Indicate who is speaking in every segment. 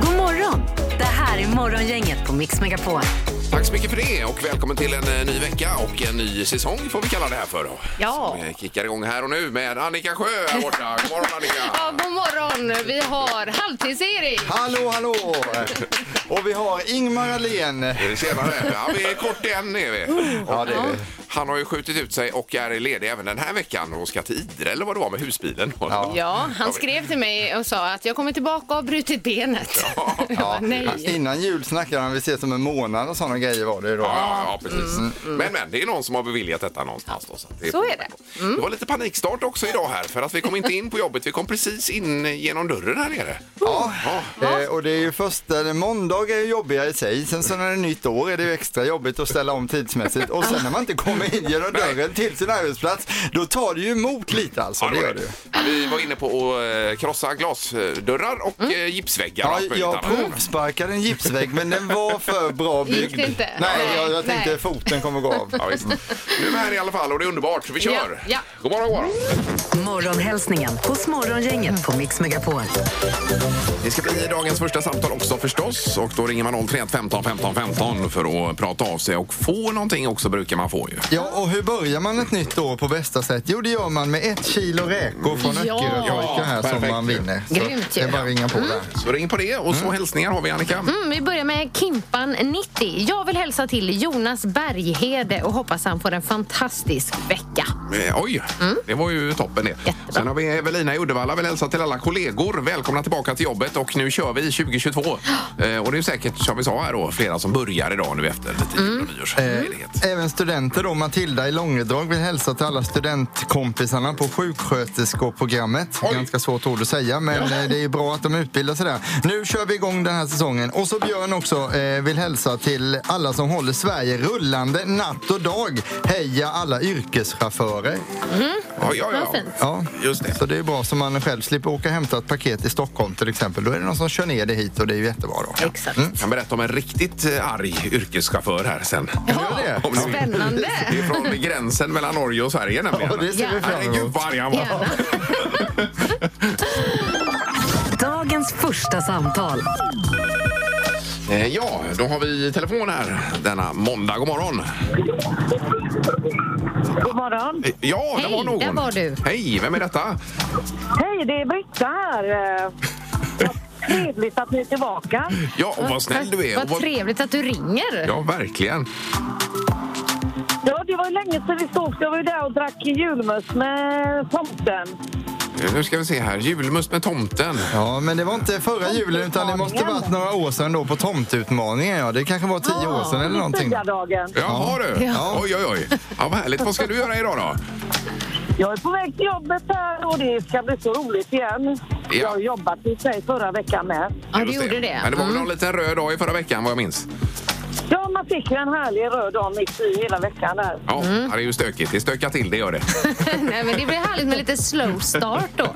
Speaker 1: God morgon! Det här är Morgongänget på Mix Megapol.
Speaker 2: Tack så mycket för det och välkommen till en eh, ny vecka och en ny säsong får vi kalla det här för. Då.
Speaker 3: Ja.
Speaker 2: Som, eh, kickar igång här och nu med Annika Sjö här borta. God morgon
Speaker 3: Ja,
Speaker 2: Annika!
Speaker 3: god morgon! Vi har halvtids-Erik.
Speaker 4: Hallå, hallå! Och vi har Ingmar Ahlén.
Speaker 2: Är det senare? Ja, vi är kort igen är vi.
Speaker 3: Mm.
Speaker 4: Ja, det är vi.
Speaker 2: Han har ju skjutit ut sig och är ledig även den här veckan och ska till Idre eller vad det var med husbilen.
Speaker 4: Ja.
Speaker 3: Ja, han skrev till mig och sa att jag kommer tillbaka och har brutit benet. Jag bara,
Speaker 4: Ja.
Speaker 3: Nej.
Speaker 4: Innan jul snackade han vi ses om en månad och sådana grejer var det ju då.
Speaker 2: Ja, ja, ja, precis. Men, men det är någon som har beviljat detta någonstans. Då, så att
Speaker 3: Mm. Så är det. Mm.
Speaker 2: Det var lite panikstart också idag här för att vi kom inte in på jobbet. Vi kom precis in genom dörren här nere.
Speaker 4: Ja. Eh, och det är ju första, måndag är ju jobbiga i sig, sen så när det är nytt år är det ju extra jobbigt att ställa om tidsmässigt och sen när man inte kommer in genom dörren till sin arbetsplats, då tar det ju emot lite alltså.
Speaker 2: Ja,
Speaker 4: Det
Speaker 2: det var
Speaker 4: gör det. ju.
Speaker 2: det. Vi var inne på att eh, krossa glasdörrar och mm. gipsväggar. och
Speaker 4: Ja,
Speaker 2: allt möjligt
Speaker 4: jag
Speaker 2: annat.
Speaker 4: provsparkade en gipsvägg men den var för bra
Speaker 3: Gick det
Speaker 4: byggd.
Speaker 3: inte?
Speaker 4: Nej, jag, jag tänkte
Speaker 3: Nej.
Speaker 4: foten kommer gå av.
Speaker 2: Ja, visst. Nu är vi här i alla fall och det är underbart så vi
Speaker 3: Ja,
Speaker 2: kör.
Speaker 3: ja.
Speaker 2: God morgon, god morgon.
Speaker 1: Morgonhälsningen hos Morgongänget på Mix Megapol.
Speaker 2: Det ska bli dagens första samtal också förstås och då ringer man 031 15 15 15 för att prata av sig och få någonting också brukar man få ju.
Speaker 4: Ja, och hur börjar man ett nytt år på bästa sätt? Jo, det gör man med ett kilo räkor från
Speaker 3: Ja.
Speaker 4: Öckeröpojkar här som
Speaker 2: Perfekt.
Speaker 4: man vinner. Så
Speaker 3: Grymt
Speaker 4: det
Speaker 3: ju.
Speaker 4: är bara att ringa på där.
Speaker 2: Så ring på det och så hälsningar har vi Annika.
Speaker 3: Mm, vi börjar med Kimpan90. Jag vill hälsa till Jonas Berghede och hoppas han får en fantastisk vecka.
Speaker 2: Eh, Oj, det var ju toppen det.
Speaker 3: Mm. Jättebra.
Speaker 2: Sen har vi Evelina i Uddevalla. Vill hälsa till alla kollegor. Välkomna tillbaka till jobbet och nu kör vi 2022. Eh, och det är säkert, som vi sa här då, flera som börjar idag nu efter lite
Speaker 3: Mm.
Speaker 2: jul och
Speaker 3: Eh,
Speaker 2: nyårsledighet.
Speaker 4: Även studenter då, Matilda i Långedrag vill hälsa till alla studentkompisarna på sjuksköterskeprogrammet.
Speaker 2: Oj.
Speaker 4: Ganska svårt ord att säga, men eh, det är bra att de utbildar sig där. Nu kör vi igång den här säsongen. Och så Björn också eh, vill hälsa till alla som håller Sverige rullande natt och dag. Heja alla yrkeschaufförer.
Speaker 2: Ja, ja,
Speaker 3: Vad
Speaker 2: ja.
Speaker 3: fint.
Speaker 4: Ja,
Speaker 2: Just det.
Speaker 4: Så det är bra så man själv slipper åka och hämta ett paket i Stockholm till exempel. Då är det någon som kör ner det hit och det är ju jättebra då.
Speaker 3: Exakt.
Speaker 2: Jag kan berätta om en riktigt eh, arg yrkeschaufför här sen.
Speaker 4: Gör det?
Speaker 2: Om ni vill.
Speaker 3: Spännande.
Speaker 2: Det är från gränsen mellan Norge och Sverige nämligen.
Speaker 4: Ja, det ser vi fram
Speaker 2: Herregud
Speaker 4: emot.
Speaker 2: vad arg han var.
Speaker 3: Gärna.
Speaker 1: Dagens första samtal.
Speaker 2: Eh, Ja, då har vi telefon här denna måndag. God morgon. Eh,
Speaker 5: God morgon.
Speaker 2: Eh, Ja, där
Speaker 3: Hej,
Speaker 2: var någon.
Speaker 3: där var du.
Speaker 2: Hej, vem är detta?
Speaker 5: Hej, det är Britta här. Eh, vad Trevligt att ni är tillbaka.
Speaker 2: Ja, och vad snäll du är. Och
Speaker 3: Vad trevligt att du ringer.
Speaker 2: Ja, verkligen.
Speaker 5: Ja, det var ju länge sedan vi sågs. Jag var ju där och drack julmust med tomten.
Speaker 2: Eh, Nu ska vi se här. Julmust med tomten.
Speaker 4: Ja, men det var inte förra julen utan det måste varit några år sedan då på tomtutmaningen. Ja, det kanske var tio år sedan eller någonting.
Speaker 5: Luciadagen.
Speaker 2: Jaha du.
Speaker 4: Ja.
Speaker 2: Oj, oj, oj. Ja, vad härligt. Vad ska du göra idag då?
Speaker 5: Jag är på väg till jobbet här och det ska bli så roligt igen. Jag har jobbat i sig förra veckan med.
Speaker 3: Ja, du
Speaker 2: Just
Speaker 3: gjorde det.
Speaker 2: Men det var väl
Speaker 3: Mm.
Speaker 2: någon liten röd dag i förra veckan vad jag minns.
Speaker 5: Ja, man fick ju en härlig röd dag mitt i hela veckan där.
Speaker 2: Ja,
Speaker 3: Mm.
Speaker 2: ja, det är ju stökigt. Det stökar till, det gör det.
Speaker 3: Nej, men det blir härligt med lite slow start då.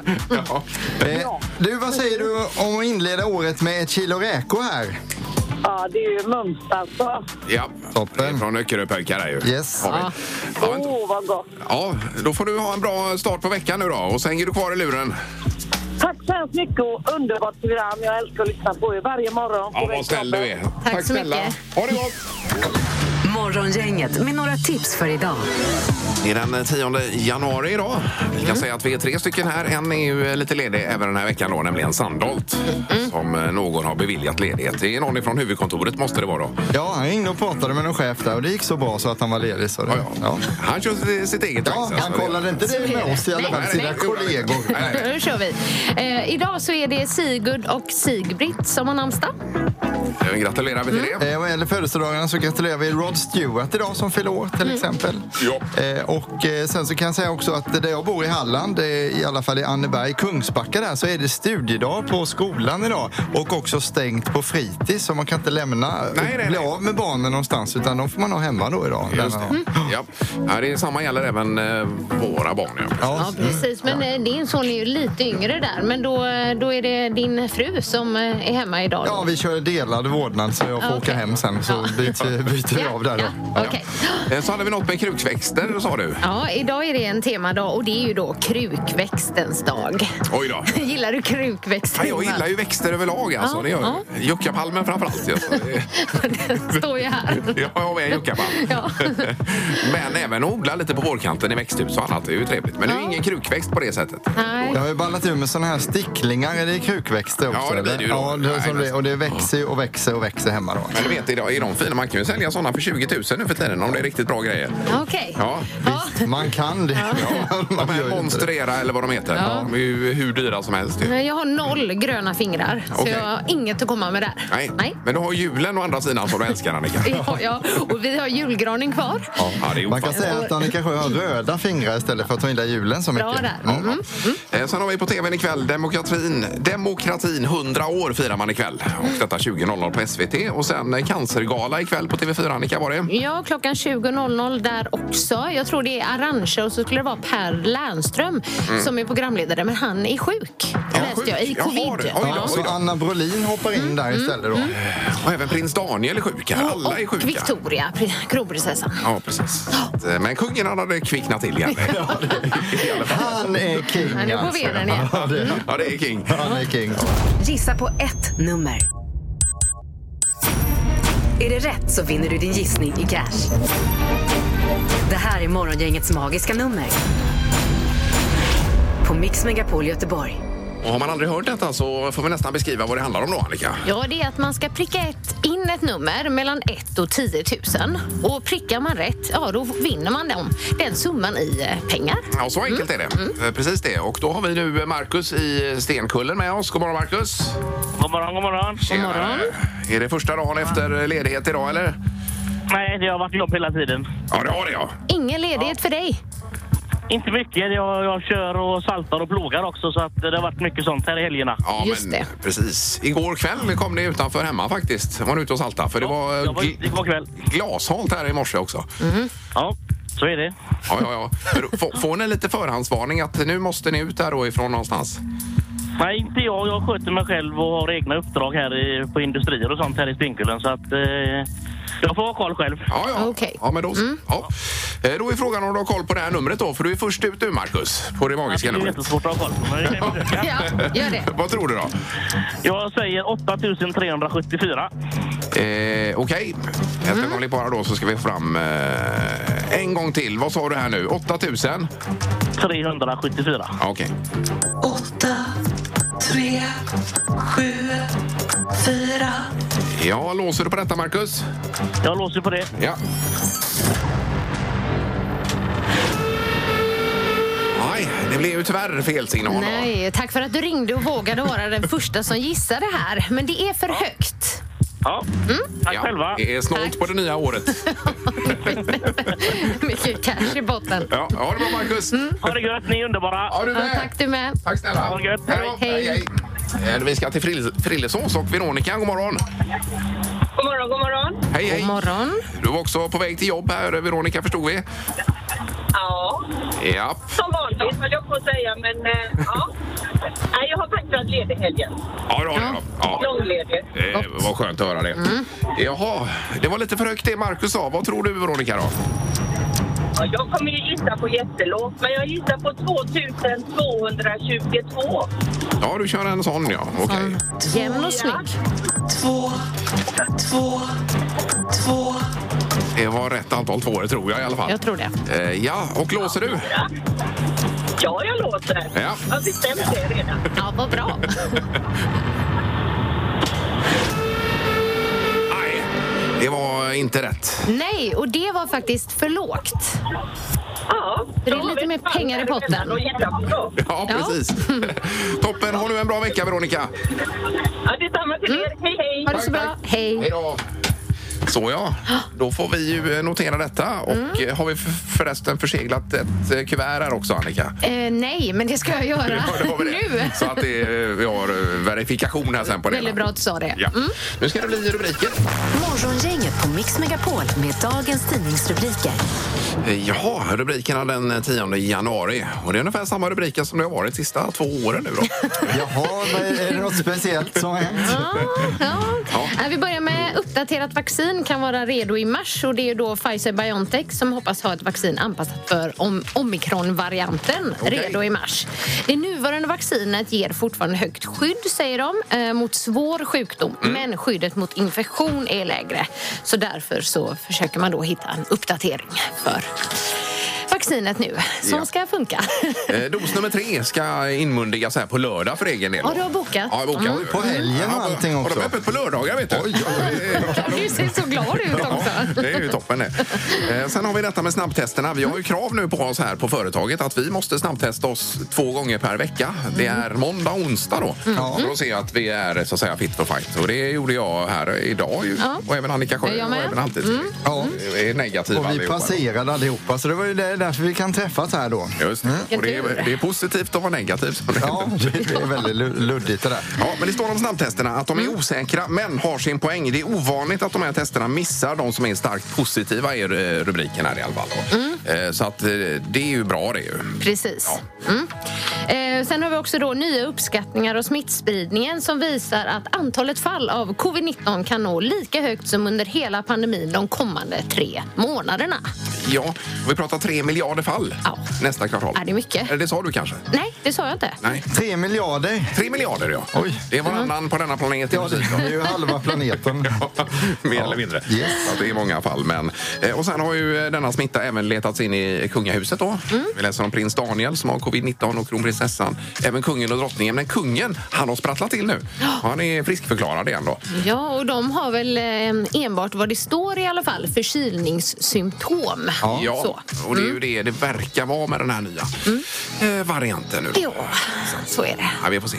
Speaker 2: Ja.
Speaker 4: Eh, du, vad säger du om att inleda året med ett kilo räkor här?
Speaker 5: Ja, det är ju mums alltså.
Speaker 2: ja.
Speaker 4: Toppen.
Speaker 2: Det är Från Öckeröpojkar är ju.
Speaker 4: Yes.
Speaker 2: Har vi.
Speaker 5: Åh,
Speaker 2: Ja, inte-
Speaker 5: vad gott.
Speaker 2: ja, då får du ha en bra start på veckan nu då och så hänger du kvar i luren.
Speaker 5: Tack så hemskt mycket och underbart program. Jag älskar att lyssna på er varje morgon.
Speaker 2: Ja, vad snäll du är.
Speaker 3: Tack så mycket.
Speaker 2: Ha det gott!
Speaker 1: Morgongänget med några tips för idag.
Speaker 2: Det är den 10 januari idag. Vi
Speaker 1: Mm.
Speaker 2: kan säga att vi är tre stycken här. En är ju eh, lite ledig även den här veckan då, nämligen Sandholt.
Speaker 1: Mm.
Speaker 2: Som eh, någon har beviljat ledighet. Det är någon ifrån huvudkontoret måste det vara då.
Speaker 4: Ja, han ringde och pratade med någon chef där och det gick så bra så att han var ledig. Så det, ja.
Speaker 2: Han kör sitt- sitt eget
Speaker 4: ja,
Speaker 2: race,
Speaker 4: han
Speaker 2: alltså.
Speaker 4: kollade inte det med oss i alla fall, sina kollegor.
Speaker 2: Nej, nej.
Speaker 3: Nu kör vi. Eh, idag så är det Sigurd och Sigbritt som har namnsdag.
Speaker 2: Eh, Gratulerar vi till det.
Speaker 4: Mm. Eh, Vad gäller födelsedagarna så gratulerar vi Rod Stewart idag som fyller år till exempel.
Speaker 2: Mm. Ja.
Speaker 4: Eh, och eh, sen så kan jag säga också att där jag bor i Halland, eh, i alla fall i Anneberg, Kungsbacka där, så är det studiedag på skolan idag och också stängt på fritids så man kan inte lämna,
Speaker 2: Nej, nej,
Speaker 4: bli
Speaker 2: nej.
Speaker 4: av med barnen någonstans utan de får man ha hemma då idag.
Speaker 2: Just
Speaker 4: denna
Speaker 2: det.
Speaker 4: dag.
Speaker 2: Ja. Ja, det är samma gäller även eh, våra barn. Ja.
Speaker 3: Ja, precis. Men eh, din son är ju lite yngre där. Men då, eh, då är det din fru som eh, är hemma idag. då.
Speaker 4: Ja, vi kör delad vårdnad så jag får
Speaker 3: Ja,
Speaker 4: åka
Speaker 3: okej.
Speaker 4: hem sen så
Speaker 3: Ja.
Speaker 4: byter, byter vi
Speaker 3: Ja,
Speaker 4: av där då.
Speaker 3: Ja, okej.
Speaker 2: Eh, Så hade vi något med krukväxter, sa du.
Speaker 3: ja, idag är det en temadag och det är ju då krukväxtens dag.
Speaker 2: Oj då.
Speaker 3: Gillar du krukväxter?
Speaker 2: Ja, jag gillar ju växter överlag. Alltså.
Speaker 3: Ja,
Speaker 2: det gör jag.
Speaker 3: ja.
Speaker 2: Juckapalmen framför allt. Alltså. Det-
Speaker 3: Den står ju här.
Speaker 2: Ja, Jag har med en juckapalm.
Speaker 3: Ja.
Speaker 2: Men även odla lite på vårkanten i växthus och annat. Det är ju trevligt. Men det är ju
Speaker 3: Ja.
Speaker 2: ingen krukväxt på det sättet.
Speaker 3: Nej.
Speaker 4: Jag har ju ballat ur med såna här sticklingar. Är det krukväxter också?
Speaker 2: Ja, det blir det ju då.
Speaker 4: eller? Ja, det är som
Speaker 2: Nej,
Speaker 4: det, och det växer ju och växer och växer hemma då.
Speaker 2: Men du vet, idag är de fina. Man kan ju sälja sådana för 20 000 nu för tiden om det är riktigt bra grejer.
Speaker 3: Okej.
Speaker 2: Ja,
Speaker 3: Ja.
Speaker 4: Man kan det.
Speaker 2: De
Speaker 4: Man
Speaker 2: här
Speaker 4: gör ju inte det.
Speaker 2: Monstera eller vad de heter. De är ju hur dyra som helst. Ju.
Speaker 3: Nej, Jag har noll gröna fingrar, så
Speaker 2: Okej.
Speaker 3: jag har inget att komma med där.
Speaker 2: Nej. Men du har julen å andra sidan som du älskar, Annika.
Speaker 3: Ja, ja. Och vi har julgranen kvar.
Speaker 2: Ja, det är
Speaker 4: Man kan
Speaker 2: ofattbart.
Speaker 4: säga att Annika Sjö har röda fingrar istället för att hon gillar julen så mycket.
Speaker 3: Bra där.
Speaker 4: Mm.
Speaker 3: Mm.
Speaker 2: Eh, Sen har vi på tvn ikväll demokratin. Demokratin 100 år firar man ikväll. Och detta 20.00 på SVT. Och sen eh, cancergala ikväll på TV4, Annika var det.
Speaker 3: Ja, klockan 20.00 där också. Jag tror det är Arantxa och så skulle det vara Per Lernström som är programledare, men han är sjuk. läste
Speaker 2: Mm. sjuk.
Speaker 3: jag, i
Speaker 2: Jaha,
Speaker 3: covid.
Speaker 2: du. Oj då.
Speaker 4: Ja, så Anna Brolin hoppar in
Speaker 3: Mm,
Speaker 4: där istället då.
Speaker 2: Och även prins Daniel är sjuk. Alla är
Speaker 3: Och
Speaker 2: sjuka.
Speaker 3: Victoria, pri- kronprinsessan.
Speaker 2: Ja, precis. Eh, Men kungen han hade kvicknat till igen.
Speaker 4: Han är king alltså.
Speaker 3: Ja, nu går vi den igen. Mm.
Speaker 4: Ja, det,
Speaker 2: Ja, det är king.
Speaker 4: han är king.
Speaker 1: Gissa på ett nummer. Är det rätt så vinner du din gissning i cash. Det här är Morgongängets magiska nummer. På Mix Megapol Göteborg.
Speaker 2: Och har man aldrig hört detta så får vi nästan beskriva vad det handlar om då, Annika.
Speaker 3: Ja, det är att man ska pricka ett, in ett nummer mellan 1 och 10 000. Och prickar man rätt, ja då vinner man den, den summan i eh, pengar.
Speaker 2: Ja, så enkelt
Speaker 3: Mm.
Speaker 2: är det. Eh, Precis det. Och då har vi nu Markus i Stenkullen med oss. God morgon, Markus.
Speaker 6: God morgon, god morgon.
Speaker 2: Tjenare. Är det första dagen efter ledighet idag, eller?
Speaker 6: Nej, det har varit jobb hela tiden.
Speaker 2: Ja, det har det, ja.
Speaker 3: Ingen ledighet för dig.
Speaker 6: Inte mycket. Jag, jag kör och saltar och plogar också så att det har varit mycket sånt här i helgerna.
Speaker 2: Ja,
Speaker 3: Just
Speaker 2: men
Speaker 3: det.
Speaker 2: precis. Igår kväll kom ni utanför hemma faktiskt. Var ni ute och salta? För det var, eh,
Speaker 6: Jag var ute
Speaker 2: gl-
Speaker 6: igår kväll.
Speaker 2: glashalt här i morse också.
Speaker 6: Ja, så är det.
Speaker 2: Ja, ja, ja. Men då Får, får ni lite förhandsvarning att nu måste ni ut här då ifrån någonstans?
Speaker 6: Nej, inte jag. Jag sköter mig själv och har egna uppdrag här i, på industrier och sånt här i Spinkullen så att eh, jag får ha koll själv.
Speaker 2: Ja, ja.
Speaker 3: Okej. Mm.
Speaker 2: ja, men då, ja. Eh, då är frågan om du har koll på det här numret då, för du är först ut du, Marcus, på det
Speaker 6: Det
Speaker 2: magiska
Speaker 6: är ju
Speaker 2: numret.
Speaker 6: jättesvårt att ha koll på, men vi kan försöka.
Speaker 3: Ja, gör det.
Speaker 2: Vad tror du då?
Speaker 6: Jag säger 8374.
Speaker 2: Eh, Okej, ett
Speaker 3: Mm.
Speaker 2: ögonblick bara då så ska vi fram eh, en gång till. Vad sa du här nu? 8000?
Speaker 6: 374.
Speaker 2: Ja, Okej.
Speaker 7: åtta, tre, sju, fyra.
Speaker 2: Ja, låser du på detta, Marcus?
Speaker 6: Jag låser på det.
Speaker 2: Ja. Nej, det blev ju tyvärr fel signal. då.
Speaker 3: Nej, tack för att du ringde och vågade vara den första som gissade här. Men det är för högt.
Speaker 6: Ja. Tack själva.
Speaker 2: Det är snålt
Speaker 3: Tack.
Speaker 2: på det nya året.
Speaker 3: Mycket cash i botten.
Speaker 2: Ja, ha det bra, Marcus.
Speaker 6: Ha det gött. Ni är underbara.
Speaker 2: Ja, du
Speaker 3: Mm. Ja,
Speaker 2: med.
Speaker 3: tack du med.
Speaker 2: Tack snälla.
Speaker 6: Ha det gött.
Speaker 2: Hej då.
Speaker 3: Hej.
Speaker 2: Hej, hej. Eh, Vi ska till Frill- Frillesås och Veronica. God morgon.
Speaker 8: God morgon, god morgon.
Speaker 2: Hej, hej.
Speaker 3: God morgon.
Speaker 2: Du var också på väg till jobb här, Veronica, förstod vi.
Speaker 8: Ja,
Speaker 2: Ja.
Speaker 8: som vanligt höll jag på att säga, men eh, ja. Nej, jag har faktiskt varit ledig helgen.
Speaker 2: Ja, det har du. Ja. Mm.
Speaker 8: Långledig.
Speaker 2: Eh, vad skönt att höra det. Jaha, det var lite för högt det Marcus sa. Vad tror du, Veronica? Då?
Speaker 8: Ja, jag kommer ju gissa på jättelågt, men jag gissar på 2222.
Speaker 2: Ja, du kör en sån, ja. Okej.
Speaker 3: Jämn och snygg.
Speaker 7: Två, två, två.
Speaker 2: Det var rätt antal tvåor, tror jag i alla fall.
Speaker 3: Jag tror det.
Speaker 2: Eh, ja, och låser du?
Speaker 8: Ja, jag låter.
Speaker 2: Ja.
Speaker 8: Jag har bestämt det redan.
Speaker 3: Ja, vad bra.
Speaker 2: Nej, det var inte rätt.
Speaker 3: Nej, och det var faktiskt för lågt.
Speaker 8: Ja,
Speaker 3: Det är
Speaker 8: då
Speaker 3: lite
Speaker 8: vet
Speaker 3: mer
Speaker 8: fan
Speaker 3: pengar i
Speaker 8: vad det
Speaker 3: potten.
Speaker 8: är att gissa på.
Speaker 2: Ja,
Speaker 3: Ja.
Speaker 2: precis. Toppen, ha nu en bra vecka, Veronica.
Speaker 3: Mm.
Speaker 8: Ja, detsamma till er. Hej, hej.
Speaker 3: Ha det så bra. Hej.
Speaker 2: Hej då. Så ja, då får vi ju eh, notera detta. Och eh, har vi f- förresten förseglat ett eh, kuvert här också, Annika?
Speaker 3: Eh, nej, men det ska jag göra
Speaker 2: Ja, det var väl det.
Speaker 3: nu.
Speaker 2: Så att det, eh, vi har eh, verifikation här sen på det.
Speaker 3: Väldigt bra att du sa det. Mm.
Speaker 2: Ja. Nu ska det bli rubriker.
Speaker 1: Morgongänget på Mix Megapol med dagens tidningsrubriker.
Speaker 2: Eh, Jaha, rubrikerna den 10 januari. Och det är ungefär samma rubriker som det har varit sista två åren nu då.
Speaker 4: Jaha, vad är är det något speciellt som har hänt?
Speaker 3: Eh, Vi börjar med uppdaterat vaccin kan vara redo i mars och det är då Pfizer Biontech som hoppas ha ett vaccin anpassat för om omikronvarianten
Speaker 7: Okej.
Speaker 3: redo i mars. Det nuvarande vaccinet ger fortfarande högt skydd, säger de, eh, mot svår sjukdom,
Speaker 2: Mm.
Speaker 3: men skyddet mot infektion är lägre. Så därför så försöker man då hitta en uppdatering för vaccinet nu, som
Speaker 2: Ja.
Speaker 3: ska funka.
Speaker 2: Eh, Dos nummer tre ska inmundigas här på lördag för egen del.
Speaker 3: Ja, du har bokat.
Speaker 2: Ja, jag bokar.
Speaker 3: Mm.
Speaker 4: På helgen och allting
Speaker 2: Och
Speaker 4: också.
Speaker 2: de är öppet på lördagar vet du. Eh,
Speaker 3: Du ser så glad ut också.
Speaker 2: Det är ju toppen det. Eh, Sen har vi detta med snabbtesterna. Vi har ju krav nu på oss här på företaget att vi måste snabbtesta oss två gånger per vecka. Det
Speaker 3: Mm.
Speaker 2: är måndag och onsdag då. För att se att vi är så att säga fit for fight. Och det gjorde jag här idag ju.
Speaker 3: Ja.
Speaker 2: Och även Annika
Speaker 3: Är
Speaker 2: Sjö
Speaker 3: jag
Speaker 2: och
Speaker 3: med?
Speaker 2: även alltid.
Speaker 3: Mm.
Speaker 4: Ja.
Speaker 2: Det är negativa
Speaker 4: Och vi
Speaker 2: allihopa.
Speaker 4: passerade allihopa, så det var ju det- därför vi kan träffas här då.
Speaker 2: Just det. Och det, är, det är positivt att vara negativ. som det
Speaker 4: Ja,
Speaker 2: heter.
Speaker 4: det det är väldigt lu- luddigt det där.
Speaker 2: Ja, men det står om snabbtesterna att de är osäkra men har sin poäng. Det är ovanligt att de här testerna missar de som är starkt positiva i eh, rubriken här i alla fall. då. Eh, Så att eh, det är ju bra det ju.
Speaker 3: Precis. Mm. Eh, sen har vi också då nya uppskattningar av smittspridningen som visar att antalet fall av covid-19 kan nå lika högt som under hela pandemin de kommande tre månaderna.
Speaker 2: Ja, och vi pratar tre miljarder fall nästa kvartal.
Speaker 3: Är det mycket?
Speaker 2: Eller det sa du kanske?
Speaker 3: Nej, det sa jag inte.
Speaker 2: Nej.
Speaker 4: Tre miljarder.
Speaker 2: Tre miljarder, ja.
Speaker 4: Oj.
Speaker 2: Det är varannan på denna planet. i
Speaker 4: Ja, det
Speaker 2: princip,
Speaker 4: det är ju halva planeten.
Speaker 2: Mer eller mindre.
Speaker 4: Yes.
Speaker 2: Så att det är många fall. Men, eh, och sen har ju eh, denna smitta även letats in i kungahuset. Då.
Speaker 3: Mm.
Speaker 2: Vi läser om prins Daniel som har covid-19 och kronprinsessan. Även kungen och drottningen. Men kungen, han har sprattlat till nu. Han är friskförklarad igen. Då.
Speaker 3: Ja, och de har väl eh, enbart vad det står i alla fall, förkylningssymptom. Så. Mm.
Speaker 2: och det är ju det det verkar vara med den här nya eh, varianten. nu. då.
Speaker 3: Ja, så är det.
Speaker 2: Ja, vi får se.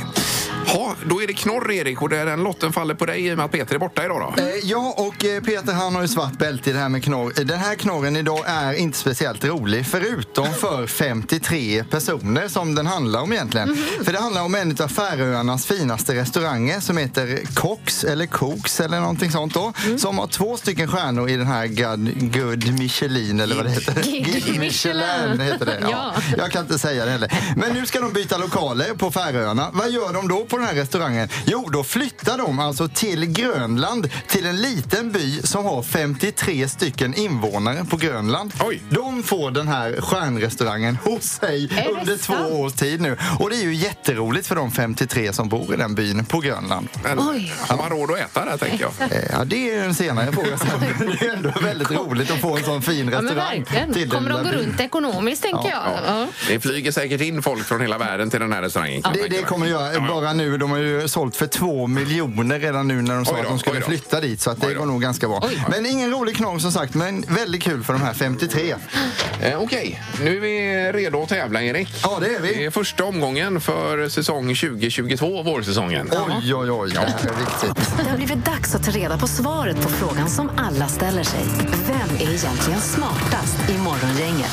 Speaker 2: Ja, då är det knorr, Erik, och det är den lotten faller på dig i och med att Peter är borta idag. Då.
Speaker 4: Eh, Ja, och eh, Peter han har ju svart bälte i det här med knorr. Eh, Den här knorren idag är inte speciellt rolig, förutom för 53 personer som den handlar om egentligen. För det handlar om en av Färöarnas finaste restauranger som heter Cox eller Koks eller någonting sånt då. Som har två stycken stjärnor i den här Good, good Michelin eller vad det heter.
Speaker 3: Gig Michelin.
Speaker 4: Michelin heter det. Ja.
Speaker 3: Ja.
Speaker 4: Jag kan inte säga det heller. Men nu ska de byta lokaler på Färöarna. Vad gör de då på den här restaurangen? Jo, då flyttar de alltså till Grönland, till en liten by som har 53 stycken invånare på Grönland. De får den här stjärnrestaurangen hos sig
Speaker 3: det
Speaker 4: under två
Speaker 3: sant?
Speaker 4: års tid nu. Och det är ju jätteroligt för de 53 som bor i den byn på Grönland.
Speaker 2: Men,
Speaker 3: Oj.
Speaker 2: har man råd att äta där, tänker jag.
Speaker 4: Eh, Ja, det är ju en senare fråga. sen. Men Det är ändå väldigt roligt att få en sån fin
Speaker 3: Ja, men
Speaker 4: restaurang.
Speaker 3: verkligen.
Speaker 4: till
Speaker 3: Kommer
Speaker 4: den
Speaker 3: de gå
Speaker 4: lilla byn.
Speaker 3: runt ekonomiskt, tänker jag. Ja.
Speaker 2: Det flyger säkert in folk från hela världen till den här restaurangen. kan jag
Speaker 4: Det,
Speaker 2: tänka
Speaker 4: det
Speaker 2: mig.
Speaker 4: kommer att göra. Bara nu, de har ju sålt för två miljoner redan nu när de sa
Speaker 2: Oj då,
Speaker 4: att de
Speaker 2: oj
Speaker 4: skulle
Speaker 2: då.
Speaker 4: flytta dit. Så att det
Speaker 2: Oj då.
Speaker 4: går nog ganska bra.
Speaker 3: Oj.
Speaker 4: Men ingen rolig knorr som sagt, men väldigt kul för de här 53.
Speaker 2: Eh, Okej, nu är vi redo att tävla, Erik.
Speaker 4: Ja, det är
Speaker 2: Det
Speaker 4: vi.
Speaker 2: är första omgången för säsong 2022, vårsäsongen.
Speaker 4: Oj, oj, oj. Det här är viktigt.
Speaker 1: Det har blivit dags att ta reda på svaret på frågan som alla ställer sig. Vem är egentligen smartast i Morgongänget?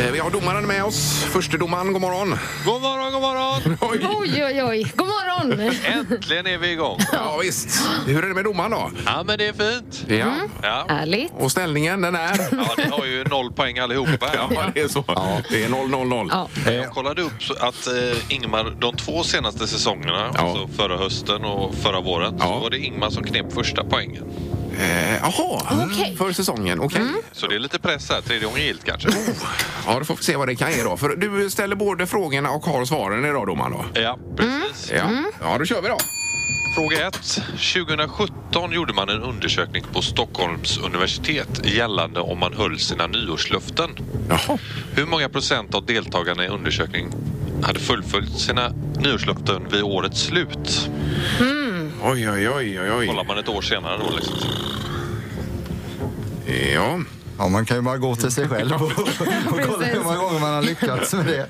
Speaker 2: Eh, Vi har domaren med oss. Förste domaren, god morgon.
Speaker 9: God morgon, god morgon!
Speaker 2: Oj.
Speaker 3: Oj, oj, oj. God morgon!
Speaker 9: Äntligen är vi igång.
Speaker 2: Ja, visst. Hur är det med domaren då?
Speaker 9: Ja, men det är fint.
Speaker 2: Ja.
Speaker 9: Ja.
Speaker 3: Härligt.
Speaker 2: Och ställningen, den är?
Speaker 9: Ja, ni har ju noll poäng allihopa här.
Speaker 2: Ja, det är så. Det är 0-0-0.
Speaker 3: Ja.
Speaker 9: Jag kollade upp så att eh, Ingmar, de två senaste säsongerna, alltså förra hösten och förra våren, så var det Ingmar som knep första poängen.
Speaker 2: Eh, Jaha,
Speaker 3: Okej.
Speaker 2: för säsongen. Okej.
Speaker 9: Så det är lite press här, tredje gången gillt kanske.
Speaker 2: Ja, då får vi se vad det kan ge då. För du ställer både frågorna och har svaren idag, domaren. Då.
Speaker 9: Ja, precis.
Speaker 2: Ja. ja, då kör vi då.
Speaker 9: Fråga 1. 2017 gjorde man en undersökning på Stockholms universitet gällande om man höll sina nyårslöften.
Speaker 2: Jaha.
Speaker 9: Hur många procent av deltagarna i undersökningen hade fullföljt sina nyårslöften vid årets slut?
Speaker 2: Oj, oj, oj, oj, oj.
Speaker 9: Kollar man ett år senare då liksom.
Speaker 2: Ja.
Speaker 4: Ja, man kan ju bara gå till sig själv och, och kolla hur många gånger man har lyckats med det.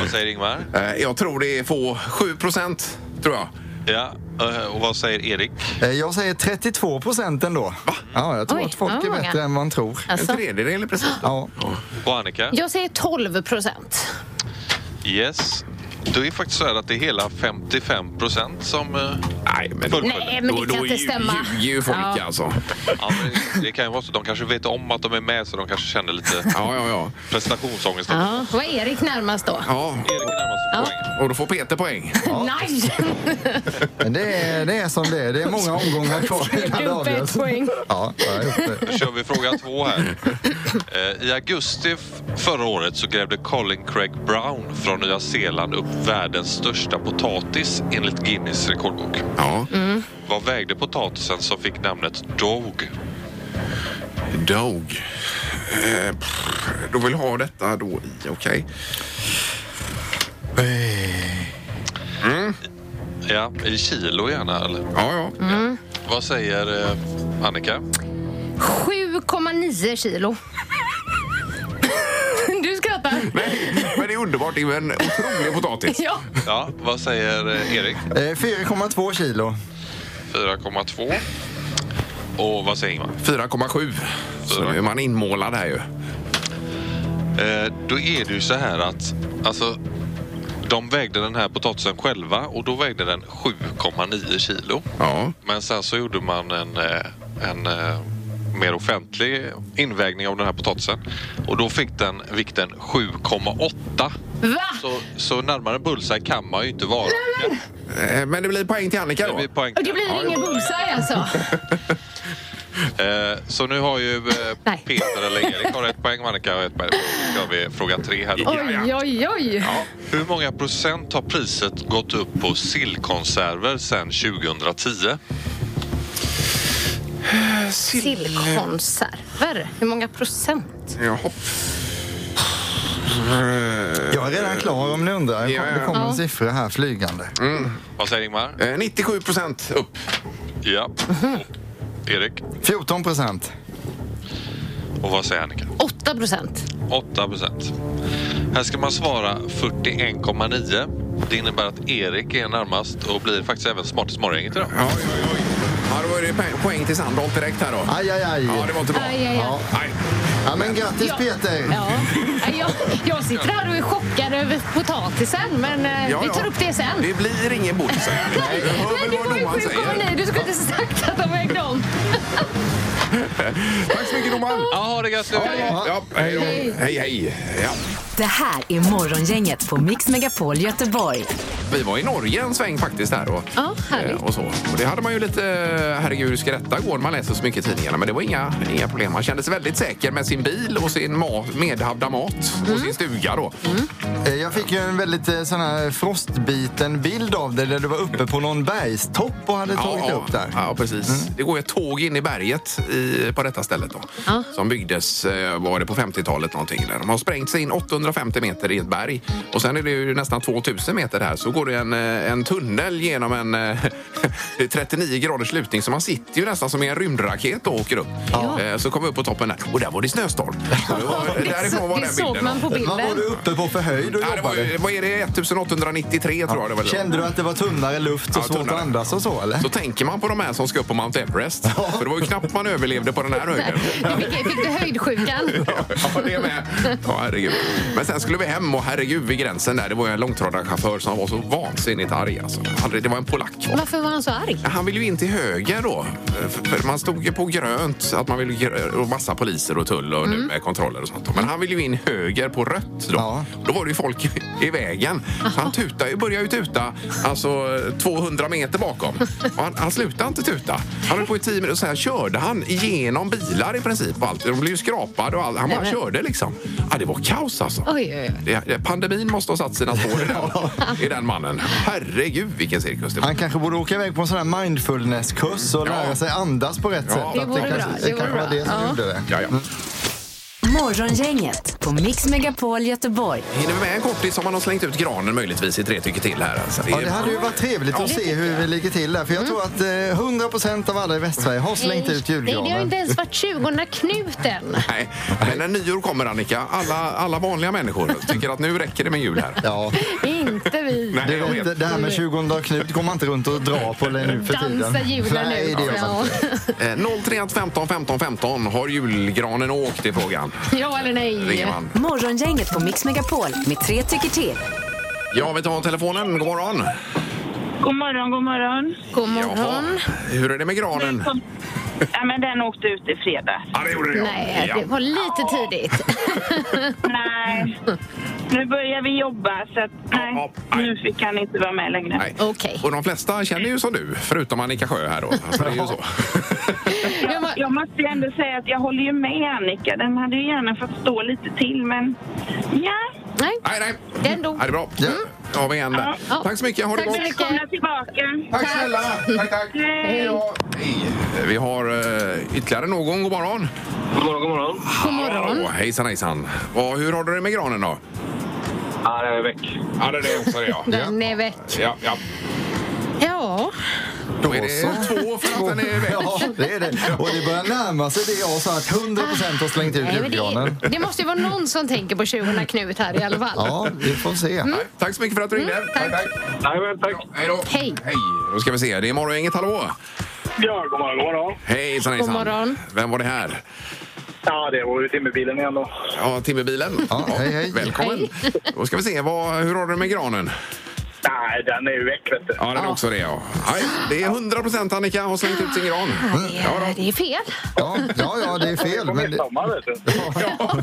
Speaker 9: Vad säger Ingmar?
Speaker 2: Eh, Jag tror det är få 7 procent, tror jag.
Speaker 9: Ja, eh, och vad säger Erik?
Speaker 4: Eh, Jag säger 32 procent ändå. Ja, jag tror
Speaker 3: Oj,
Speaker 4: att folk
Speaker 3: det
Speaker 4: är
Speaker 3: var
Speaker 4: bättre
Speaker 3: många.
Speaker 4: än man tror.
Speaker 3: Alltså. En
Speaker 2: tredjedel i princip.
Speaker 4: Ja.
Speaker 9: Och Annika?
Speaker 3: Jag säger 12 procent.
Speaker 9: Yes. Det är faktiskt så här att det är hela 55 procent som eh,
Speaker 2: Nej, men,
Speaker 3: Nej, men det kan inte stämma.
Speaker 2: ljuger ju folk
Speaker 3: Ja.
Speaker 2: alltså.
Speaker 9: Ja, men det kan ju vara så. De kanske vet om att de är med så de kanske känner lite
Speaker 2: ja, ja, ja.
Speaker 9: prestationsångest.
Speaker 3: Ja, vad är Erik närmast då?
Speaker 2: Ja,
Speaker 3: Ja.
Speaker 2: och då får Peter poäng.
Speaker 3: Nej!
Speaker 4: Men det är, det är som det är. Det är många omgångar kvar innan det
Speaker 3: Du får
Speaker 4: avgörs.
Speaker 3: ett poäng.
Speaker 4: Ja, jag har gjort det.
Speaker 9: Då kör vi fråga två här. Eh, I augusti f- förra året så grävde Colin Craig Brown från Nya Zeeland upp världens största potatis enligt Guinness rekordbok.
Speaker 2: Ja.
Speaker 3: Mm.
Speaker 9: Vad vägde potatisen som fick namnet Dog?
Speaker 2: Dog. Eh, pff, då vill ha detta då i, okej. Eh, Mm.
Speaker 9: Ja, i kilo gärna eller?
Speaker 2: Ja, ja.
Speaker 3: Mm.
Speaker 9: Vad säger eh, Annika?
Speaker 3: 7,9 kilo. Du skrattar.
Speaker 2: Men det är underbart, det är ju en otrolig potatis.
Speaker 3: Ja.
Speaker 9: Ja, vad säger eh, Erik?
Speaker 4: Eh, 4,2 kilo.
Speaker 9: 4,2. Och vad säger Ingmar?
Speaker 2: 4,7. Så nu är man inmålad här ju.
Speaker 9: Eh, då är det ju så här att alltså, de vägde den här potatisen själva och då vägde den 7,9 kilo.
Speaker 2: Ja.
Speaker 9: Men sen så gjorde man en, eh, en eh, mer offentlig invägning av den här potatisen och då fick den vikten 7,8.
Speaker 3: Va?
Speaker 9: Så, så närmare bullseye kan man ju inte vara.
Speaker 2: Eh, Men det blir poäng till Annika
Speaker 9: Det
Speaker 2: då.
Speaker 9: blir poäng.
Speaker 3: Och det blir ingen bullseye alltså.
Speaker 9: Eh, så nu har ju eh,
Speaker 3: Nej.
Speaker 9: Peter eller Erik har ett poäng, Annika har ett poäng. Då ska vi fråga tre här då.
Speaker 3: Oj, oj, oj.
Speaker 9: Hur många procent har priset gått upp på sillkonserver sedan 2010?
Speaker 3: Sillkonserver. Hur många procent?
Speaker 2: Jaha.
Speaker 4: Jag är redan klar om ni undrar. Det kom- Det kommer
Speaker 3: Ja.
Speaker 4: en siffra här flygande.
Speaker 9: Vad säger Ingmar?
Speaker 2: Eh, 97 procent upp.
Speaker 9: Ja. Erik?
Speaker 4: 14 procent.
Speaker 9: Och vad säger Annika?
Speaker 3: 8 procent.
Speaker 9: 8 procent. Här ska man svara 41,9. Det innebär att Erik är närmast och blir faktiskt även smartast morgongänget idag.
Speaker 2: Ja, oj, oj, oj. ja, då är det poäng- poäng till Sandholt direkt här då.
Speaker 4: Aj, aj, aj.
Speaker 2: Ja, det var inte bra.
Speaker 3: Aj, aj, aj.
Speaker 2: Nej.
Speaker 4: Ja, men grattis Peter.
Speaker 3: Ja. Nej, Jag, jag sitter här och är chockad över potatisen, men eh,
Speaker 2: Ja,
Speaker 3: vi
Speaker 2: ja.
Speaker 3: tar upp det sen.
Speaker 2: Det blir ingen bullseye. Du
Speaker 3: Nej,
Speaker 2: hör
Speaker 3: men
Speaker 2: väl
Speaker 3: du
Speaker 2: vad
Speaker 3: var ju
Speaker 2: domaren säger.
Speaker 3: 7,9. Du skulle inte sagt att de vägde om.
Speaker 2: Tack så mycket domaren.
Speaker 9: Ja, ha det gött nu!
Speaker 2: Ja, ja, hej då.
Speaker 3: Hej.
Speaker 2: Hej, hej. Ja.
Speaker 1: Det här är Morgongänget på Mix Megapol Göteborg.
Speaker 2: Vi var i Norge en sväng faktiskt där. Och,
Speaker 3: Ja, härligt.
Speaker 2: eh, och så. Och det hade man ju lite, eh, herregud hur ska detta gå när man läser så mycket i tidningarna. Men det var inga, inga problem. Man kände sig väldigt säker med sin bil och sin ma- medhavda mat och
Speaker 3: Mm.
Speaker 2: sin stuga då.
Speaker 4: Eh, Jag fick ju en väldigt eh, sån här frostbiten bild av det där du var uppe på någon bergstopp och hade tagit upp där. Mm.
Speaker 2: ja, precis. Det går ju ett tåg in i berget i, på detta stället då.
Speaker 3: Ja.
Speaker 2: Som byggdes, eh, var det på 50-talet någonting. Där. De har sprängt sig in 850 meter i ett berg. Och sen är det ju nästan 2000 meter där. Så går det en, eh, en tunnel genom en eh, 39 graders lutning. Så man sitter ju nästan som i en rymdraket och åker upp. Eh, Så kom vi upp på toppen där. Och där var det snöstorm. Så det var- Därifrån var
Speaker 3: det
Speaker 2: den
Speaker 3: såg
Speaker 2: bilden.
Speaker 3: man på
Speaker 4: Vad var du
Speaker 3: bilden.
Speaker 4: uppe på för höjd och
Speaker 2: Ja, det var,
Speaker 4: jobbade?
Speaker 2: ju- vad är det? 1893 tror jag det var.
Speaker 4: Kände du att det var tunnare luft och
Speaker 2: Ja,
Speaker 4: svårt
Speaker 2: tunnare.
Speaker 4: att andas och så eller?
Speaker 2: Så tänker man på de här som ska upp på Mount Everest. För det var ju knappt man överlevde på den här höjden.
Speaker 3: Du fick, fick du höjdsjukan?
Speaker 2: Ja, det är med. Ja, herregud. Men sen skulle vi hem och herregud vid gränsen där, det var ju en långtradarchaufför som var så vansinnigt arg. Alltså. Aldrig- Det var en polack.
Speaker 3: Varför var han så arg?
Speaker 2: Han ville ju in till höger då. För för man stod ju på grönt, att man ville grö- och massa poliser och tull och
Speaker 3: Mm.
Speaker 2: nu med kontroller och sånt. Men han ville ju in höger på rött då.
Speaker 4: Ja.
Speaker 2: Då var det ju folk i- i vägen. Så han tutade, ju- började ju tuta alltså 200 meter bakom. Och han, han slutade inte tuta. Han höll på i 10 minuter och sen körde han genom bilar i princip. Och allt. De blev ju skrapade och allt. Han bara
Speaker 3: Nej, men-
Speaker 2: körde liksom. Ja, det var kaos alltså.
Speaker 3: Oj, oj, oj.
Speaker 2: Det- det- Pandemin måste ha satt sina spår i den, i den mannen. Herregud vilken cirkus det var.
Speaker 4: Han kanske borde åka iväg på en sån här mindfulnesskurs och
Speaker 2: Ja.
Speaker 4: lära sig andas på rätt
Speaker 2: Ja.
Speaker 4: sätt.
Speaker 2: Det
Speaker 4: Att
Speaker 3: vore
Speaker 4: kanske,
Speaker 3: bra, det
Speaker 4: det kanske
Speaker 3: vore
Speaker 4: var
Speaker 3: bra.
Speaker 4: det som
Speaker 3: Ja.
Speaker 4: gjorde det.
Speaker 2: Ja, ja.
Speaker 1: Morgongänget på Mix Megapol Göteborg.
Speaker 2: Hinner vi med en kortis som man har slängt ut granen möjligtvis i tre tycker till här? Alltså,
Speaker 4: Ja, det hade ju varit trevligt att se hur vi ligger till där. För jag tror att eh, 100% av alla i Västsverige har slängt ut
Speaker 3: Mm. Nej, det har
Speaker 4: julgranen.
Speaker 3: inte ens varit 20 knut än.
Speaker 2: Nej, men när nyår kommer Annika, alla, alla vanliga människor tycker att nu räcker det med jul här.
Speaker 4: Ja.
Speaker 3: Inte vi.
Speaker 2: Nej,
Speaker 4: Det,
Speaker 2: jag
Speaker 4: är
Speaker 2: vet.
Speaker 4: inte, det här med 20 Knut går man inte runt och drar på det nu för tiden.
Speaker 3: Dansa julen
Speaker 4: Nej, det
Speaker 3: nu.
Speaker 4: gör man
Speaker 3: Ja.
Speaker 4: inte.
Speaker 2: Eh, 031 15 15 15 har julgranen åkt i frågan.
Speaker 3: ja eller nej?
Speaker 2: Ringer man.
Speaker 1: Morgongänget på Mix Megapol med tre tycker till.
Speaker 2: Ja, vi tar telefonen. God morgon.
Speaker 8: God morgon, god morgon.
Speaker 3: God morgon.
Speaker 2: Hur är det med granen?
Speaker 8: Ja, men den åkte ut i fredag.
Speaker 2: Ja, det gjorde det. ja.
Speaker 3: Nej, det
Speaker 2: Ja.
Speaker 3: var lite tidigt.
Speaker 8: Nej, nu börjar vi jobba så att, nej, nu fick han inte vara med längre.
Speaker 2: Nej.
Speaker 3: Okej.
Speaker 2: Och de flesta känner ju som du, förutom Annika Sjö här då. Alltså, det är ju så.
Speaker 8: Jag, jag måste ju ändå säga att jag håller ju med Annika. Den hade ju gärna fått stå lite till, men ja.
Speaker 3: Nej,
Speaker 2: Nej, nej.
Speaker 3: den dog.
Speaker 2: Ja, det är bra. Då har vi en där.
Speaker 3: Mm. Ja.
Speaker 2: Tack så mycket. Ha det
Speaker 3: Tack så
Speaker 2: gott.
Speaker 3: mycket.
Speaker 8: Välkomna tillbaka.
Speaker 4: Tack snälla! Tack, tack!
Speaker 8: Hej.
Speaker 2: Hej. Vi har eh, ytterligare någon. God morgon.
Speaker 6: God morgon, god morgon.
Speaker 3: God
Speaker 4: Mm.
Speaker 3: morgon.
Speaker 2: Åh, hejsan, hejsan. Och hur har du det med granen då?
Speaker 6: Ja, det är väck.
Speaker 2: Ja, det är det också det, ja.
Speaker 3: Den är väck.
Speaker 2: Ja, ja.
Speaker 3: Ja,
Speaker 2: Då är det två för att den är väck.
Speaker 4: Ja, det är det. Och det börjar närma sig det jag sa att 100% har slängt ut
Speaker 3: nej, men det,
Speaker 4: julgranen.
Speaker 3: det måste ju vara någon som tänker på 20 knut här i alla fall.
Speaker 4: Ja, vi får se.
Speaker 2: Tack så mycket för att du ringde.
Speaker 3: Mm, tack.
Speaker 2: tack. tack.
Speaker 6: Nej, men tack.
Speaker 2: Hej då.
Speaker 3: Hej.
Speaker 2: Hej. Då ska vi se. Det är morgon, inget hallå.
Speaker 6: Ja, god morgon, god morgon.
Speaker 2: Hejsan, hejsan.
Speaker 3: God morgon.
Speaker 2: Vem var det här?
Speaker 6: Ja, det var ju timmerbilen igen då.
Speaker 2: Ja, timmerbilen.
Speaker 4: Ja, hej, hej.
Speaker 2: Välkommen. Då ska vi se. Vad, hur har du det med granen?
Speaker 6: Nej, den är ju väck, vet du.
Speaker 2: Ja, det är också det. Ja. Nej, det är 100 procent Annika har slängt ut sin gran.
Speaker 3: Det är, det är fel.
Speaker 4: Ja, ja, ja det är fel. Men det,
Speaker 6: midsommar, vet du.
Speaker 2: Ja.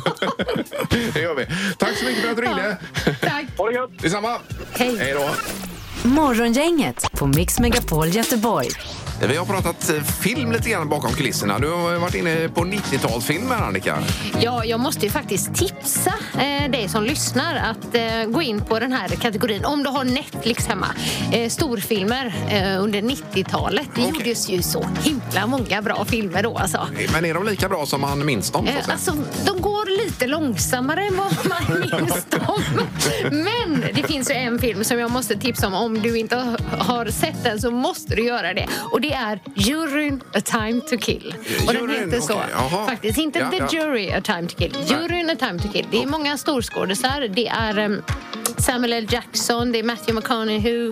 Speaker 2: Det gör vi. Tack så mycket för att du ringde.
Speaker 3: Tack.
Speaker 6: Ha det gött!
Speaker 2: Detsamma.
Speaker 3: Hej.
Speaker 2: Hej då.
Speaker 1: Morgongänget på Mix Megapol Göteborg.
Speaker 2: Vi har pratat eh, film lite grann bakom kulisserna. Du har varit inne på 90-talsfilmer, Annika.
Speaker 3: Ja, jag måste ju faktiskt tipsa eh, dig som lyssnar att eh, gå in på den här kategorin om du har Netflix hemma. Eh, storfilmer eh, under 90-talet. Det
Speaker 2: Okej.
Speaker 3: gjordes ju så himla många bra filmer då alltså.
Speaker 2: Men är de lika bra som man minns dem? så att
Speaker 3: Eh,
Speaker 2: säga?
Speaker 3: Alltså, de går lite långsammare än vad man minns dem. Men det finns ju en film som jag måste tipsa om. Om du inte har sett den så måste du göra det. Och det är Juryn A Time To Kill. Och den
Speaker 2: Juryn,
Speaker 3: heter så.
Speaker 2: okej, jaha.
Speaker 3: Faktiskt inte
Speaker 2: Ja,
Speaker 3: The
Speaker 2: ja.
Speaker 3: Jury A Time To Kill. Juryn A Time To Kill. Det är många storskådisar. Det är em, Samuel L. Jackson, det är Matthew McConaughey,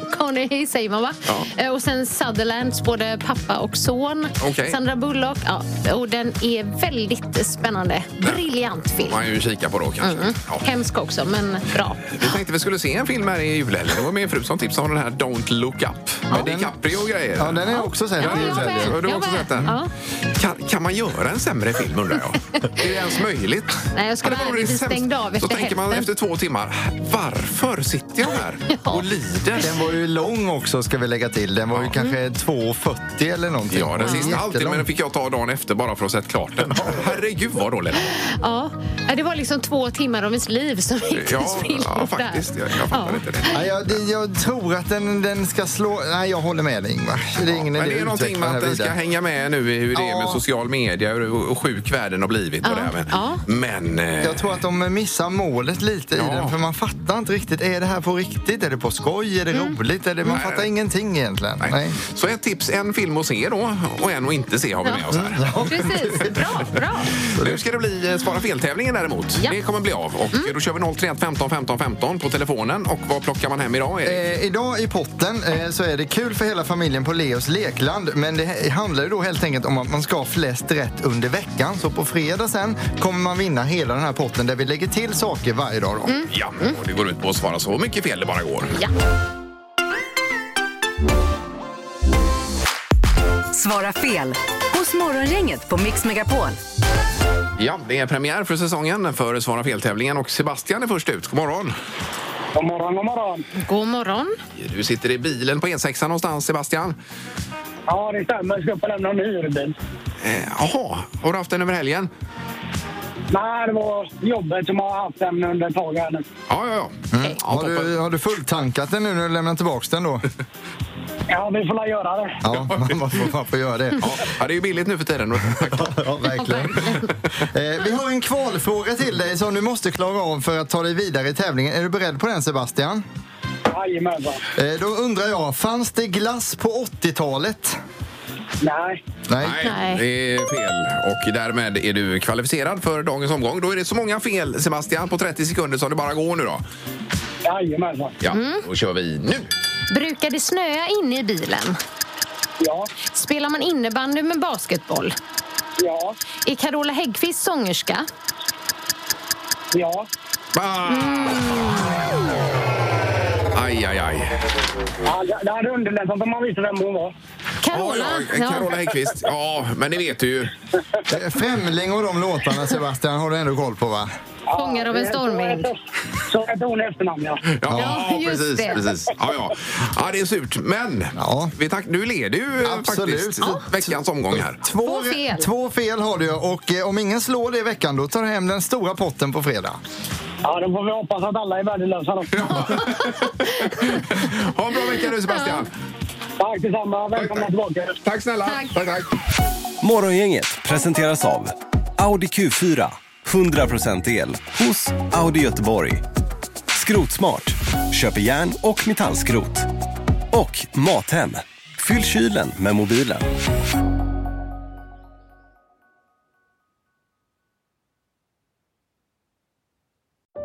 Speaker 3: McConaughey säger man va?
Speaker 2: Ja.
Speaker 3: Eh, Och sen Sutherlands, både pappa och son.
Speaker 2: Okej.
Speaker 3: Sandra Bullock. Ja, och den är väldigt spännande. Briljant film.
Speaker 2: man ju kika på då kanske.
Speaker 3: Mm.
Speaker 2: Ja.
Speaker 3: Hemsk också, men bra.
Speaker 2: Vi tänkte vi skulle se en film här i julhelgen. Det var min fru som tipsade om den här Don't look up. Med DiCaprio och grejer.
Speaker 4: ja, den är också sett.
Speaker 3: Ja, jag med.
Speaker 2: Så du har
Speaker 3: Jag
Speaker 2: också
Speaker 3: med.
Speaker 2: sett den?
Speaker 3: Ja.
Speaker 2: Kan, kan man göra en sämre film undrar jag? Är det ens möjligt?
Speaker 3: Nej, jag ska
Speaker 2: Hade
Speaker 3: vara
Speaker 2: varit
Speaker 3: ärlig, vi
Speaker 2: sämst-
Speaker 3: stängde av
Speaker 2: Så
Speaker 3: efter
Speaker 2: tänker man
Speaker 3: hälften.
Speaker 2: efter två timmar, varför sitter jag här och lider?
Speaker 4: Den var ju lång också ska vi lägga till. Den var ju kanske 2,40 eller någonting.
Speaker 2: Ja, den sista halvtimmen
Speaker 4: Jättelång.
Speaker 2: den fick jag ta dagen efter bara för att ha sett klart den. Herregud vad dålig den var.
Speaker 3: Ja, Ja, det var liksom två timmar av ens liv som gick till
Speaker 2: Ja,
Speaker 3: spillo
Speaker 2: ja, faktiskt. Jag, jag fattar
Speaker 3: Ja.
Speaker 2: inte det.
Speaker 4: Nej, jag, det, jag tror att den, den ska slå... Nej, jag håller med dig, Ingvar. Det är ingen
Speaker 2: Men
Speaker 4: idé
Speaker 2: det är
Speaker 4: att
Speaker 2: någonting
Speaker 4: utveckla
Speaker 2: med
Speaker 4: det här
Speaker 2: att den ska
Speaker 4: vidare.
Speaker 2: hänga med nu i hur det är med
Speaker 4: Ja.
Speaker 2: social media och och sjuk världen har blivit. Och
Speaker 3: Ja,
Speaker 2: det här. Men,
Speaker 3: ja.
Speaker 2: men eh,
Speaker 4: Jag tror att de missar målet lite
Speaker 2: Ja.
Speaker 4: i den, för man fattar inte riktigt. Är det här på riktigt? Är det på skoj? Är det roligt? Är det, man
Speaker 2: Nej.
Speaker 4: fattar ingenting egentligen.
Speaker 2: nej.
Speaker 4: Nej.
Speaker 2: Så ett tips, en film att se då och en att inte se har vi med oss här.
Speaker 3: Precis. Bra, bra.
Speaker 2: Nu ska det bli eh, Svara fel-tävlingen däremot.
Speaker 3: Ja.
Speaker 2: Det kommer bli av. Och eh, Då kör vi 031 15 15 15 på telefonen. Och vad plockar man hem idag? Erik?
Speaker 4: Eh, idag i potten eh, så är det kul för hela familjen på Leos lekland. Men det he- handlar ju då helt enkelt om att man ska ha flest rätt under veckan. Så på fredag sen kommer man vinna hela den här potten där vi lägger till saker varje dag. Då.
Speaker 2: Ja, och det går ut på att svara så mycket fel det bara går.
Speaker 3: Ja.
Speaker 1: Svara fel hos Morgongänget på Mix Megapol.
Speaker 2: Ja, det är premiär för säsongen för Svara fel-tävlingen och Sebastian är först ut. God morgon!
Speaker 6: God morgon, god morgon.
Speaker 3: God morgon.
Speaker 2: Du sitter i bilen på E6 någonstans, Sebastian.
Speaker 6: Ja, det stämmer. Jag ska få lämna en hyrbil.
Speaker 2: Eh, Jaha, har du haft den över helgen?
Speaker 6: Nej, det var jobbet som har haft den under ett tag här nu.
Speaker 2: Ja, ja, ja.
Speaker 6: Mm.
Speaker 4: Har, du, har du fulltankat den nu när du lämnar tillbaka den då?
Speaker 5: Ja, vi får la göra det.
Speaker 4: Ja, man, man, får, man får göra det.
Speaker 2: Ja, det är ju billigt nu för tiden.
Speaker 4: ja, verkligen. Eh, vi har en kvalfråga till dig som du måste klara av för att ta dig vidare i tävlingen. Är du beredd på den, Sebastian?
Speaker 5: Jajamensan.
Speaker 4: Eh, då undrar jag, fanns det glass på 80-talet?
Speaker 5: Nej.
Speaker 4: Nej.
Speaker 2: Nej, det är fel. Och därmed är du kvalificerad för dagens omgång. Då är det så många fel, Sebastian, på 30 sekunder som det bara går nu då.
Speaker 5: Jajamensan.
Speaker 2: Ja, då kör vi nu.
Speaker 3: Brukar det snöa inne i bilen?
Speaker 5: Ja.
Speaker 3: Spelar man innebandy med basketboll?
Speaker 5: Ja.
Speaker 3: Är Carola Häggkvist sångerska?
Speaker 5: Ja.
Speaker 2: Ah! Aj, aj, aj.
Speaker 5: ja det- det hade underlättat om man visste vem hon var.
Speaker 2: Carola. Ja, ja. Carola Häggkvist. Ja, men det vet du ju.
Speaker 4: Eh, Främling och de låtarna, Sebastian, har du ändå koll på, va?
Speaker 3: Fångar av en stormvind.
Speaker 5: Så hette hon i efternamn, ja.
Speaker 2: Ja,
Speaker 3: Ja, just
Speaker 2: precis.
Speaker 3: det.
Speaker 2: precis. Ja, ja. ja, det är surt. Men vi tack, du leder ju eh,
Speaker 4: Absolut.
Speaker 2: faktiskt veckans omgång här.
Speaker 4: Två fel. Två fel har du och eh, om ingen slår det i veckan då tar du hem den stora potten på fredag.
Speaker 5: Ja, då får vi hoppas att alla är värdelösa då.
Speaker 2: Ha en bra vecka nu, Sebastian.
Speaker 5: Tack detsamma. Välkomna tillbaka.
Speaker 2: Tack snälla. Tack, tack.
Speaker 10: Morgongänget presenteras av Audi Q4. 100% el hos Audi Göteborg. Skrotsmart. Köper järn och metallskrot. Och Mathem. Fyll kylen med mobilen.